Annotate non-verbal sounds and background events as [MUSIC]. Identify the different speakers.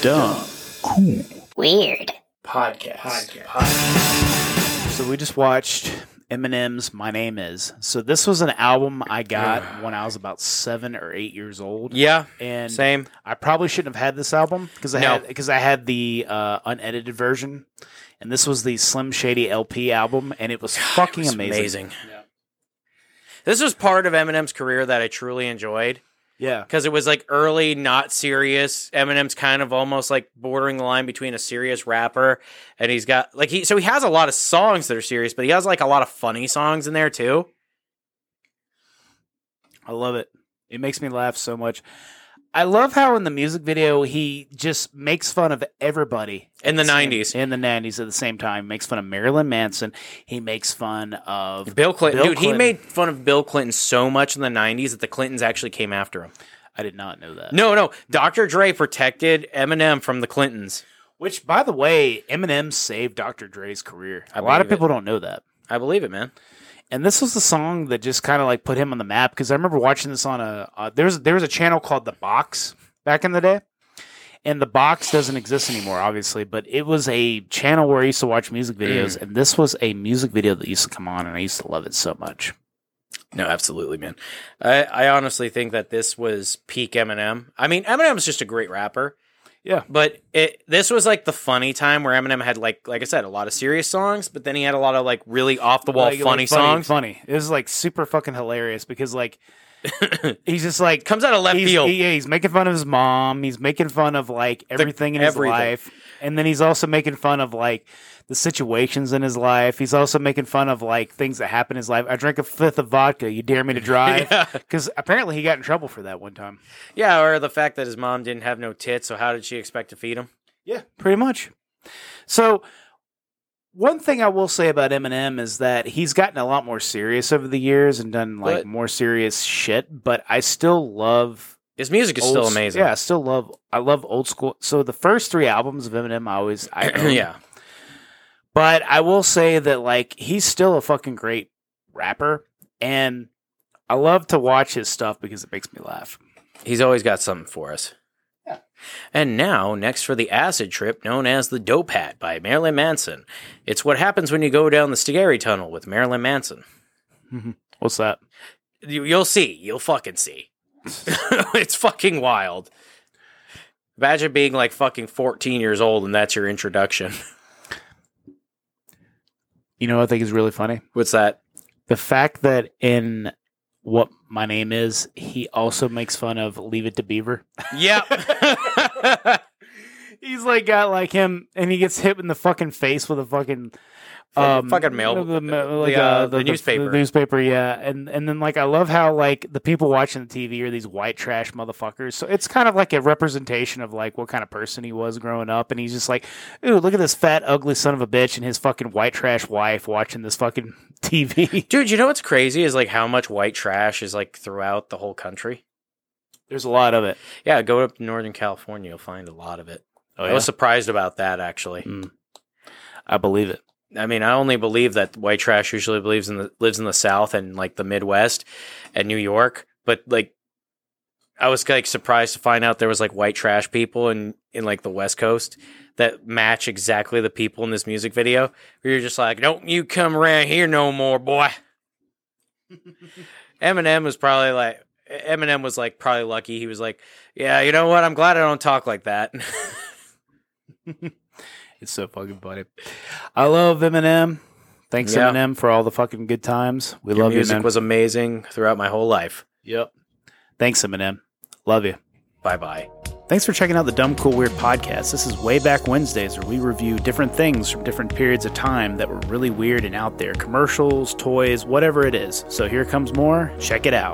Speaker 1: dumb, cool
Speaker 2: Weird.
Speaker 1: podcast. So we just watched Eminem's "My Name Is." So this was an album I [SIGHS] got when I was about seven or eight years old.
Speaker 3: Yeah,
Speaker 1: and
Speaker 3: same.
Speaker 1: I probably shouldn't have had this album because I
Speaker 3: No.
Speaker 1: had because I had the uh, unedited version, and this was the Slim Shady LP album, and it was fucking
Speaker 3: It's
Speaker 1: amazing.
Speaker 3: This was part of Eminem's career that I truly enjoyed
Speaker 1: Yeah,
Speaker 3: because it was like early, not serious. Eminem's kind of almost like bordering the line between a serious rapper and he's got like he so he has a lot of songs that are serious, but he has like a lot of funny songs in there too.
Speaker 1: I love it. It makes me laugh so much. I love how in the music video he just makes fun of everybody
Speaker 3: In the
Speaker 1: at same-
Speaker 3: 90s.
Speaker 1: In the nineties, at the same time, makes fun of Marilyn Manson. He makes fun of.
Speaker 3: Bill Clinton,
Speaker 1: Bill
Speaker 3: dude, he
Speaker 1: Clinton.
Speaker 3: made fun of Bill Clinton so much in the '90s that the Clintons actually came after him.
Speaker 1: I did not know that.
Speaker 3: No, no, Dr. Dre protected Eminem from the Clintons.
Speaker 1: Which, by the way, Eminem saved Dr. Dre's career. A lot of
Speaker 3: believe it.
Speaker 1: people don't know that.
Speaker 3: I believe it, man.
Speaker 1: and this was the song that just kind of like put him on the map because I remember watching this on a uh, there was there was a channel called The Box back in the day, and The Box doesn't exist anymore, obviously, but it was a channel where I used to watch music
Speaker 3: Mm.
Speaker 1: videos, and this was a music video that used to come on, and I used to love it so much.
Speaker 3: No, absolutely, man. I, I honestly think that this was peak Eminem. I mean, Eminem's just a great rapper.
Speaker 1: Yeah.
Speaker 3: But it this was like the funny time where Eminem had like like I said, a lot of serious songs, but then he had a lot of like really off the wall
Speaker 1: Like- like
Speaker 3: funny songs.
Speaker 1: funny. It was like super fucking hilarious because
Speaker 3: [LAUGHS]
Speaker 1: like he's just like
Speaker 3: Comes out of left
Speaker 1: he's, E
Speaker 3: field.
Speaker 1: he- yeah, he's making fun of his mom. He's making fun of like everything in his
Speaker 3: everything.
Speaker 1: life, and then he's also making fun of like the situations in his life. He's also making fun of like things that happen in his life. I drank a fifth of vodka. You dare
Speaker 3: [LAUGHS]
Speaker 1: me to drive? Because apparently he got in trouble for that one time.
Speaker 3: yeah, or the fact that his mom didn't have no tits, so how did she expect to feed him?
Speaker 1: Yeah, pretty much. So, one thing I will say about Eminem is that he's gotten a lot more serious over the years and done like
Speaker 3: But-
Speaker 1: more serious shit. But I still love.
Speaker 3: His music is still
Speaker 1: old-
Speaker 3: amazing.
Speaker 1: Yeah, I still love. I love old school. So the first three albums of Eminem, I always,
Speaker 3: [CLEARS THROAT]
Speaker 1: I own.
Speaker 3: yeah.
Speaker 1: But I will say that like he's still a fucking great rapper, and I love to watch his stuff because it makes me laugh.
Speaker 3: He's always got something for us.
Speaker 1: Yeah.
Speaker 3: And now, next for the acid trip known as the Dope Hat by Marilyn Manson. It's what happens when you go down the Stigary Tunnel with Marilyn Manson.
Speaker 1: What's that?
Speaker 3: You, you'll see. You'll fucking see. [LAUGHS] it's fucking wild. Imagine being like fucking 14 years old and that's your introduction. [LAUGHS]
Speaker 1: You know, what I think is really funny.
Speaker 3: What's that?
Speaker 1: the fact that in what my name is, he also makes fun of Leave It to Beaver.
Speaker 3: [LAUGHS] Yep.
Speaker 1: He's like got like him, and he gets hit in the fucking face with a fucking um,
Speaker 3: fucking mail-
Speaker 1: the, the-
Speaker 3: the,
Speaker 1: like,
Speaker 3: uh,
Speaker 1: uh,
Speaker 3: the newspaper.
Speaker 1: newspaper, yeah. And and then like I love how like the people watching the TV are these white trash motherfuckers. So it's kind of like a representation of like what kind of person he was growing up. And he's just like, ooh, look at this fat ugly son of a bitch and his fucking white trash wife watching this fucking [LAUGHS] TV.
Speaker 3: Dude, you know what's crazy is like how much white trash is like throughout the whole country.
Speaker 1: There's a lot of it.
Speaker 3: Yeah, go up to Northern California, you'll find a lot of it.
Speaker 1: Oh,
Speaker 3: I was surprised about that actually.
Speaker 1: I believe it.
Speaker 3: I mean, I only believe that white trash usually believes in the lives in the South and like the Midwest and New York, but like I was like surprised to find out there was like white trash people in in like the West Coast that match exactly the people in this music video. Where you're just like, don't you come around here no more, boy. Eminem was probably like. Eminem was like probably lucky. He was like, "Yeah, you know what? I'm glad I don't talk like that." [LAUGHS]
Speaker 1: It's so fucking funny. I love Eminem. Thanks
Speaker 3: Yeah.
Speaker 1: Eminem for all the fucking good times. We
Speaker 3: Your
Speaker 1: love you,
Speaker 3: music
Speaker 1: man.
Speaker 3: was amazing throughout my whole life.
Speaker 1: yep. Thanks Eminem. Love you.
Speaker 3: Bye bye.
Speaker 1: Thanks for checking out the Dumb Cool Weird podcast. This is Way Back Wednesdays, where we review different things from different periods of time that were really weird and out there commercials, toys, whatever it is. So here comes more. Check it out.